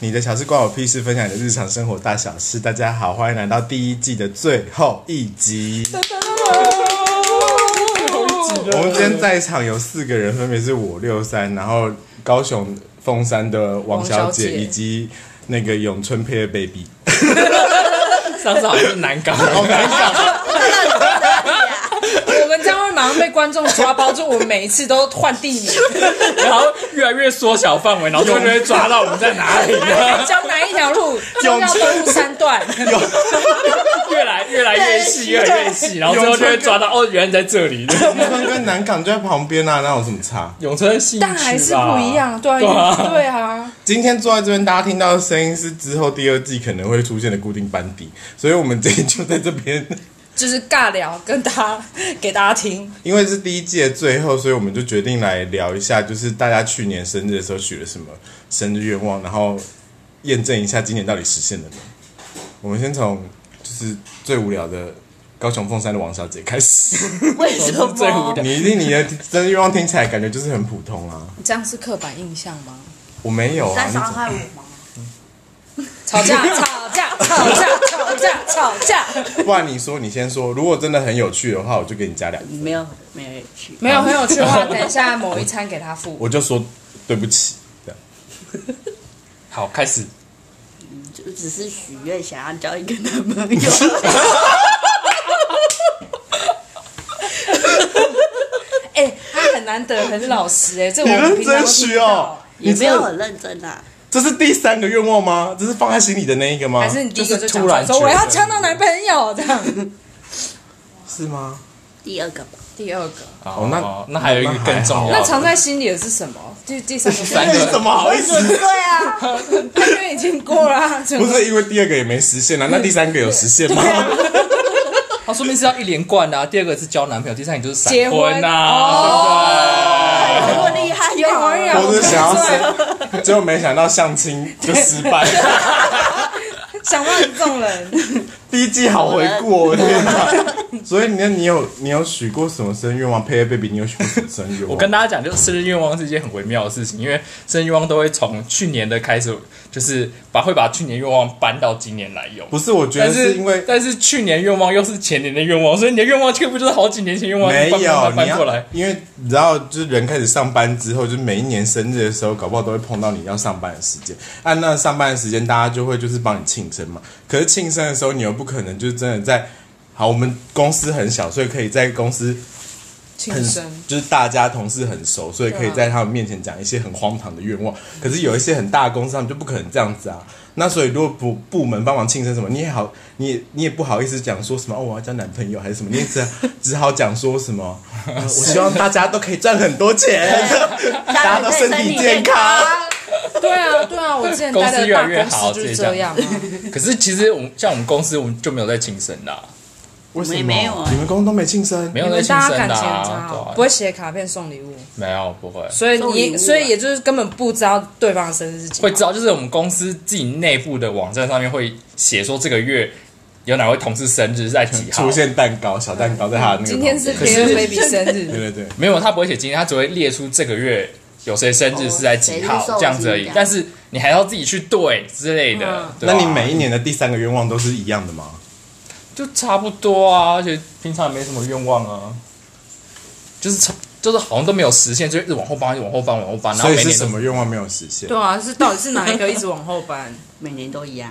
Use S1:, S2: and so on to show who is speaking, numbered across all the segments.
S1: 你的小事关我屁事，分享你的日常生活大小事。大家好，欢迎来到第一季的最后一集。我们今天在场有四个人，分别是我六三，然后高雄凤山的王小姐，
S2: 王小姐
S1: 以及那个永春配的 baby。
S3: 上次好像是南港，
S2: 我们这样会马上被观众抓包，就我们每一次都换地名，
S3: 然后越来越缩小范围，然后就会抓到我们在哪 里了，
S2: 讲哪一条路，中要东路三段，
S3: 越来越来越细，越来越细，然后最后就会抓到哦，原来在这里。
S1: 永春跟南港就在旁边啊，哪有什么差？
S3: 永春戏
S2: 但还是不一样，对
S3: 对
S2: 啊，
S3: 啊
S2: 对啊，
S1: 今天坐在这边，大家听到的声音是之后第二季可能会出现的固定班底，所以我们这一集就在这边，
S2: 就是尬聊，跟大家给大家听，
S1: 因为是第一季的最后，所以我们就决定来聊一下，就是大家去年生日的时候许了什么生日愿望，然后验证一下今年到底实现了没。我们先从就是最无聊的高雄凤山的王小姐开始，
S2: 为什
S3: 么最无聊
S1: 你一定你的生日愿望听起来感觉就是很普通啊，
S2: 这样是刻板印象吗？
S1: 我没有啊，
S4: 在
S1: 你怎
S4: 伤害我吗？
S2: 吵架，吵架，吵架，吵架，吵架，
S1: 不然你说你先说，如果真的很有趣的话，我就给你加两分
S4: 没有，没有去。
S2: 没有很有趣的话，等一下某一餐给他付。
S1: 我就说对不起，这样
S3: 好，开始。
S4: 就只是许愿想要交一个男朋友。
S2: 哎、他很难得，很老实、哎，这我
S1: 你
S2: 们
S1: 认
S2: 平常
S1: 真
S2: 都听
S1: 许
S2: 不
S1: 哦
S2: 到。，
S4: 也
S1: 你
S4: 没
S1: 这
S4: 有很认真啊，
S1: 这是第三个愿望吗？这是放在心里的那一个吗？
S2: 还是你第一个
S3: 啊就是
S2: 讲
S3: 突然
S2: 说
S3: 觉
S2: 我
S3: 得
S2: 要交到男朋友这样？
S1: 是吗？
S4: 第二个吧，
S2: 第二个，
S3: 哦
S1: 那
S3: 那还有一个更重要
S2: 那
S3: 的，
S2: 藏在心里的是什么？第第三个，
S3: 三
S1: 你
S3: 个
S1: 怎么好意思？
S4: 对啊，
S2: 他因为已经过了 啊，就
S1: 不是因为第二个也没实现啊，那第三个有实现吗？
S3: 他哦说明是要一连贯的啊。第二个是交男朋友，第三个就是
S2: 结
S3: 闪
S2: 婚
S3: 婚啊，
S4: 我厉害哦哟！
S2: 好呀
S1: 我是想要生，结果没想到相亲就失败。
S2: 想到你这种人，
S1: 第一季好回顾哦，我的天哪！所以你你有你有许过什么生日愿望？佩佩 baby，你有许过什么生日愿望？
S3: 我跟大家讲，就是生日愿望是一件很微妙的事情，因为生日愿望都会从去年的开始，就是把会把去年愿望搬到今年来用。
S1: 不是，我觉得
S3: 但
S1: 是
S3: 是
S1: 因为
S3: 但是去年愿望又是前年的愿望，所以你的愿望这个不就是好几年前愿望
S1: 没
S3: 搬
S1: 有，
S3: 搬搬
S1: 你
S3: 搬过来
S1: 要？因为你知道，就是人开始上班之后，就是每一年生日的时候，搞不好都会碰到你要上班的时间。按、那上班的时间，大家就会就是帮你庆生嘛。可是庆生的时候，你又不可能就是真的在好，我们公司很小，所以可以在公司
S2: 庆
S1: 很
S2: 生。
S1: 就是大家同事很熟，所以可以
S2: 啊
S1: 在他们面前讲一些很荒唐的愿望。可是有一些很大的公司，他们就不可能这样子啊。那所以如果部部门帮忙庆生什么，你也好，你也你也不好意思讲说什么哦，我要交男朋友还是什么，你也只只好讲说什么、呃我希望大家都可以赚很多钱，大家都身体健康。
S2: 对啊，对啊，我之前待的大公司就是这 样啊。
S3: 可是其实我们像我们公司，我们就没有在庆生啊啦，
S1: 为什
S4: 我
S1: 么？
S4: 也没有啊
S1: 你们公司都没庆生？
S3: 没
S2: 你
S3: 有在
S2: 们
S3: 庆
S2: 大家
S3: 生
S2: 感
S3: 的
S2: 情很
S3: 啊
S2: 差哦，，不
S3: 对啊
S2: 会写卡片送礼物，
S3: 没有不会。
S2: 所以
S4: 送礼物
S2: 你
S4: 啊
S2: 所以也就是根本不知道对方的生日是几号
S3: 会知道，就是我们公司自己内部的网站上面会写说这个月有哪位同事生日是在几号
S1: 出。现蛋糕，小蛋糕在他的那个
S2: 今天是
S1: 旁边
S2: p a baby 生
S1: 对
S2: 日，
S1: 对对，
S3: 没有，他不会写今天，他只会列出这个月有谁生日是在几
S4: 哦谁
S3: 号
S4: 是受
S3: 这样子而已
S4: 精。的
S3: 但是你还要自己去对之类的。
S2: 嗯
S3: 对
S1: 那
S3: 吧
S1: 你每一年的第三个愿望都是一样的吗？
S3: 就差不多啊，而且平常也没什么愿望啊，就是差就是好像都没有实现，就一直往后翻，一直往后翻，往后翻，啊然
S1: 所
S3: 后
S1: 以
S3: 每
S1: 是
S3: 年都
S1: 什么愿望没有实现？
S2: 对啊，是到底是哪一个一直往后搬？
S4: 每年都一样。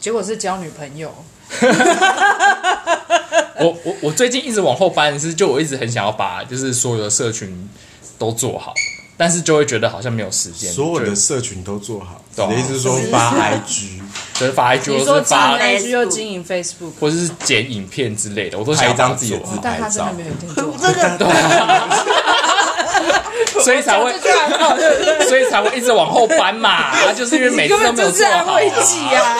S2: 结果是交女朋友，
S3: 我我我最近一直往后翻，是就我一直很想要把就是所有的社群都做好，但是就会觉得好像没有时间，
S1: 所有
S3: 就
S1: 的社群都做好，
S3: 对啊
S1: 你的意思是说 发 IG、
S3: 就是发 IG
S2: 你
S3: 或
S2: 说经营
S3: 是发
S4: 在
S2: IG 又经营 Facebook，
S3: 或者是剪影片之类的，我都想
S1: 拍
S3: 要
S1: 一张自己的
S3: 做
S1: 自
S2: 但
S1: 拍
S2: 他真的
S1: 照
S2: 没，有一定 做。
S4: 这个
S3: 所以才会
S2: 这句话很好，对 不对？
S3: 所以才会一直往后翻嘛，啊就是因为 每
S2: 你
S3: 次
S2: 根
S3: 都
S2: 本
S3: 没有
S2: 就是
S3: 做
S2: 安
S3: 好
S2: 慰剂啊，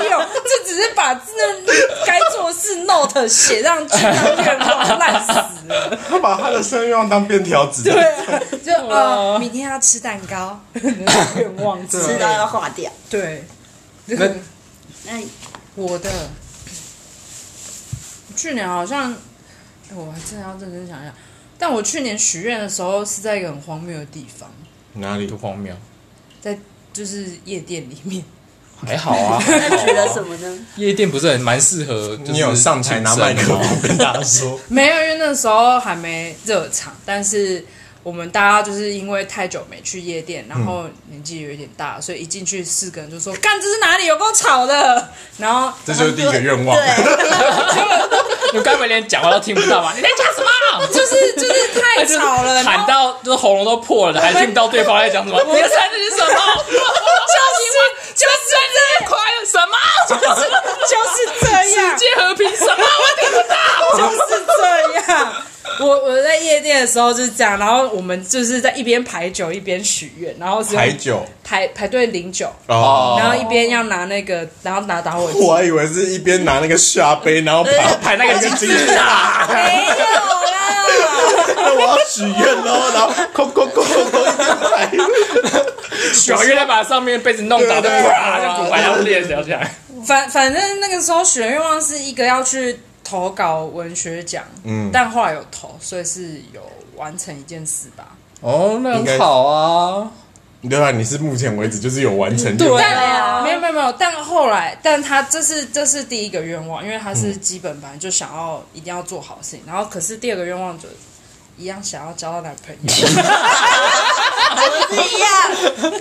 S2: 没有，这只是把那该做的事 note 写上去，让愿望烂死了。
S1: 他把他的生日愿望当便条纸。
S2: 对啊，就呃，明天要吃蛋糕，愿望之
S4: 吃
S2: 类
S4: 到
S2: 的
S4: 要化掉。
S2: 对，
S1: 那
S4: 那
S2: 我的去年好像哎我还真的要认真想一想，但我去年许愿的时候是在一个很荒谬的地方，
S1: 哪里
S3: 多？荒谬。
S2: 在就是夜店里面，
S3: 还好啊。
S4: 那你觉得什么呢？
S3: 夜店不是很蛮适合？就是
S1: 你有上台拿麦克
S3: 庆生的吗
S1: 风跟大家 说，
S2: 没有，因为那时候还没热场，但是我们大家就是因为太久没去夜店，然后年纪有一点大，所以一进去四个人就说：“干，这是哪里？有够吵的！”然后
S1: 这就是第一个愿望。
S4: 对，
S3: 你根本连讲话都听不到吧？你在讲什么？哎
S2: 就是就是 太
S3: 就是
S2: 吵了，然
S3: 喊
S2: 后
S3: 到就是喉咙都破了，还听不到对方在讲什么。你的生日是什么？
S2: 就是就是
S3: 快乐什么？
S2: 就是啊这样
S3: 世，界和平什么？
S2: 就是这样。我我在夜店的时候就是这样，然后我们就是在一边排酒一边许愿，然后只有
S1: 排酒
S2: 排排队领酒，
S1: 哦，
S2: 然后一边要拿那个，然后拿打火机，
S1: 我还以为是一边拿那个下杯，然后把
S3: 排那个金字啊塔，
S2: 没有啦。
S1: 那我要许愿 喽，然后空空空空空一边排。
S3: 小月亮把上面被子弄倒，就
S1: 对对对
S3: 啪就骨牌然后裂掉下来。
S2: 反反正那个时候许的愿望是一个要去投稿文学奖，嗯，但后来有投，所以是有完成一件事吧。
S3: 哦，那很好啊。
S1: 对啊，你是目前为止就是有完成就
S2: 但、
S4: 啊
S2: 没有没有没有，但后来，但他这是这是第一个愿望，因为他是基本版就想要一定要做好事情，然后可是第二个愿望就一样想要交到男朋友，
S4: 不是一啊样。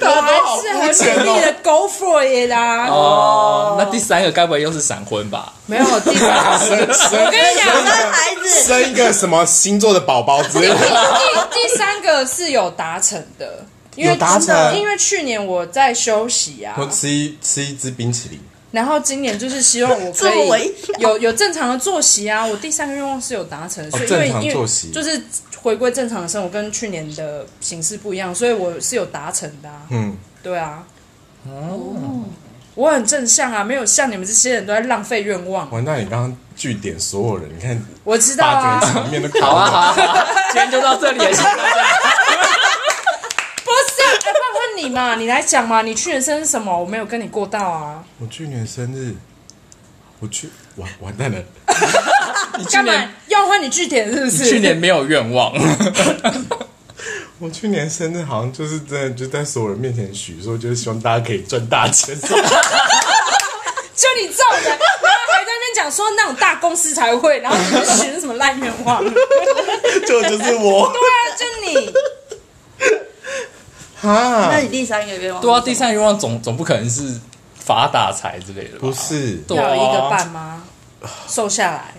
S2: 我
S1: 都好
S2: 还是很努力的 go for it 啦、
S3: 哦，那第三个该不会又是闪婚吧？
S2: 没有第三
S1: 生生
S2: 我跟你讲，
S4: 那孩子
S1: 生一个什么星座的宝宝之类的，
S2: 第第三个是有达成的，因为
S1: 有达成
S2: 因为去年我在休息啊
S1: 我，吃一吃一支冰淇淋，
S2: 然后今年就是希望我可
S4: 这么微
S2: 以
S4: 小
S2: 有有正常的作息啊。我第三个愿望是有达成，所以因
S1: 正
S2: 为
S1: 常
S2: 因
S1: 作
S2: 为
S1: 息
S2: 就是回归正常的生活，跟去年的形式不一样，所以我是有达成的、啊。
S1: 嗯，
S2: 对啊，哦我很正向啊，没有像你们这些人都在浪费愿望。
S1: 完蛋！你刚刚据点所有人，你看
S2: 我知道
S1: 把整个
S2: 啊，
S1: 场面都搞
S3: 好啊，好啊，好啊， 今天就到这里了，谢谢大家。
S2: 不是啊，哎问问你嘛， 你来讲嘛，你去年生日什么？我没有跟你过到啊。
S1: 我去年生日，我去完完蛋了，
S3: 你去
S2: 干嘛
S3: 年
S2: 要换你据点是不是？
S3: 去年没有愿望，
S1: 我去年生日好像就是真的就在所有人面前许说，就是希望大家可以赚大钱。
S2: 就你这种人，然后还在那边讲说那种大公司才会，然后你就许了什么烂愿 望？对
S1: 就就是我
S2: 啊，就你
S1: 哈
S4: 那，你第三个愿望？
S3: 对啊，第三个愿望总总不可能是发大财之类的吧？
S1: 不是
S3: 对啊，
S2: 要有一个伴吗？瘦下来，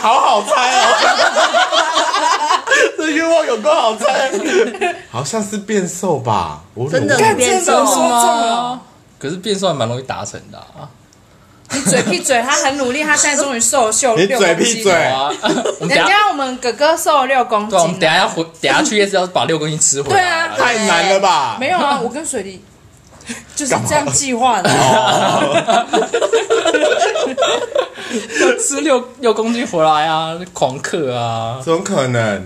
S1: 好好猜哦， 这愿望有多好猜？ 好像是变瘦吧，我有点
S4: 真的
S3: 哎
S1: 忘了
S4: 是变
S3: 哦
S2: 真的
S4: 瘦
S2: 说中了
S3: 啊，可是变瘦还蛮容易达成的啊。
S2: 你嘴屁嘴，他很努力，他现在终于瘦了瘦了
S1: 你
S2: 六公
S1: 嘴
S2: 斤。
S1: 屁嘴
S3: 对啊，我们等
S2: 人
S3: 一下，
S2: 家我们哥哥瘦了六公
S3: 对啊，我们
S2: 斤
S3: 等一
S2: 啊，
S3: 下要回，等一下去夜市要把六公斤吃回来。
S2: 对啊
S1: 太难了吧？
S2: 没有啊，我跟水梨 就是这样计划的。
S3: 哦
S1: 哦
S3: 吃六六公斤回来啊，狂克啊，
S1: 怎么可能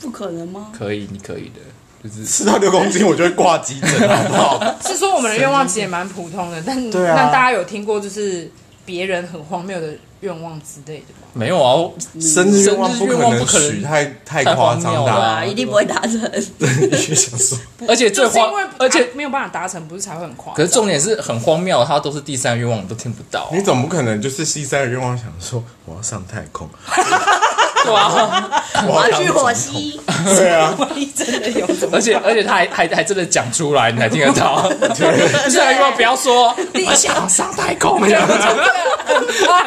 S4: 不可能吗？
S3: 可以，你可以的，就是
S1: 吃到六公斤我就会挂急诊，好不好？
S2: 是说我们的愿望其实也蛮普通的，但
S1: 对啊
S2: 那大家有听过就是别人很荒谬的愿望之类的吗？
S3: 没有啊，我
S1: 生日愿望不可
S3: 生日愿望不
S1: 能
S3: 可能
S1: 许太太夸张
S3: 太荒谬
S1: 的
S3: 了
S1: 啊，
S3: 啊
S4: 啊，一定不会达成。
S1: 你就想 说
S3: 而且最
S2: 就是
S3: 荒
S2: 因为，
S3: 而且
S2: 没有办法达成，不是才会很夸张。
S3: 可是重点是很荒谬，它都是第三个愿望，你都听不到啊、
S1: 你总不可能就是西三的愿望想说我要上太空，
S3: 对啊，
S1: 我
S4: 我要
S1: 当
S4: 去
S1: 总
S4: 火
S1: 统，
S4: 星，
S1: 对啊，
S2: 真的有
S3: 而且而且他还还还真的讲出来，你还听得到。虽然愿望不要说，我想上太空。
S2: 哇！ 你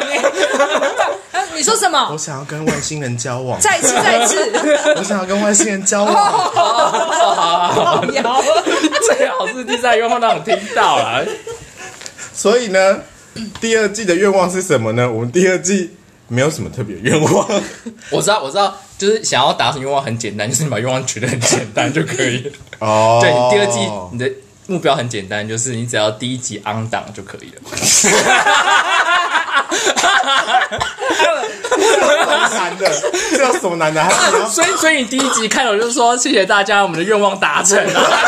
S2: 你说什么
S1: 我？想要跟外星人交往，
S2: 再一次，再一 次，
S1: 我想要跟外星人交往，
S2: 摇
S3: 最好是第三个愿望让我听到啦。
S1: 所以呢，第二季的愿望是什么呢？我们第二季没有什么特别愿望，
S3: 我知道，我知道，就是想要达成愿望很简单，就是你把愿望取得很简单就可以了。
S1: 哦
S3: 对，你第二季你的目标很简单，就是你只要第一集 on 档就可以了。
S1: 男的，这有什么男的？还有什么
S3: 所以，所以你第一集看了我就说谢谢大家，我们的愿望达成了，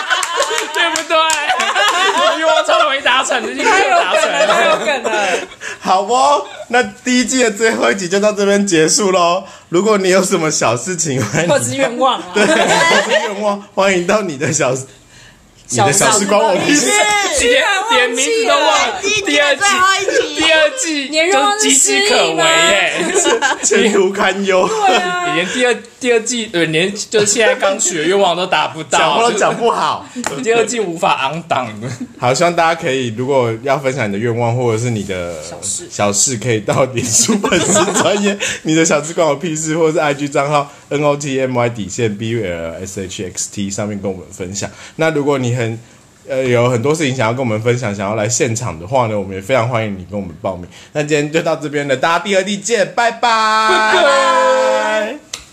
S3: 对不对？我的愿望超容易达成的，立刻
S2: 太
S3: 就
S2: 有
S3: 达
S2: 梗
S3: 成
S2: 了，
S3: 了。
S2: 太有梗了！
S1: 好哦，那第一季的最后一集就到这边结束喽。如果你有什么小事情，欢迎
S2: 或者是愿望啊，
S1: 或是愿望，欢迎到你的小你的小时光，我屁事。
S3: 今天连名字都忘了，
S4: 今
S3: 第二
S4: 天
S3: 季第
S4: 最后一集，
S3: 二季
S2: 你的愿望
S3: 就是是岌岌可危耶、
S1: 前途堪忧，
S2: 对啊，
S3: 连第二第二季呃，连就是现在刚许的愿望都达不
S1: 讲话
S3: 到，
S1: 都讲不好。
S3: 就是第二季无法昂档。
S1: 好，希望大家可以，如果要分享你的愿望或者是你的
S2: 小事
S1: 小事可以到脸书粉丝专业，你的小事关我屁事，或者是 IG 账号 N O T M Y 底线 B U L S H X T 上面跟我们分享。那如果你很呃，有很多事情想要跟我们分享，想要来现场的话呢，我们也非常欢迎你跟我们报名。那今天就到这边了，大家第二季见，拜拜。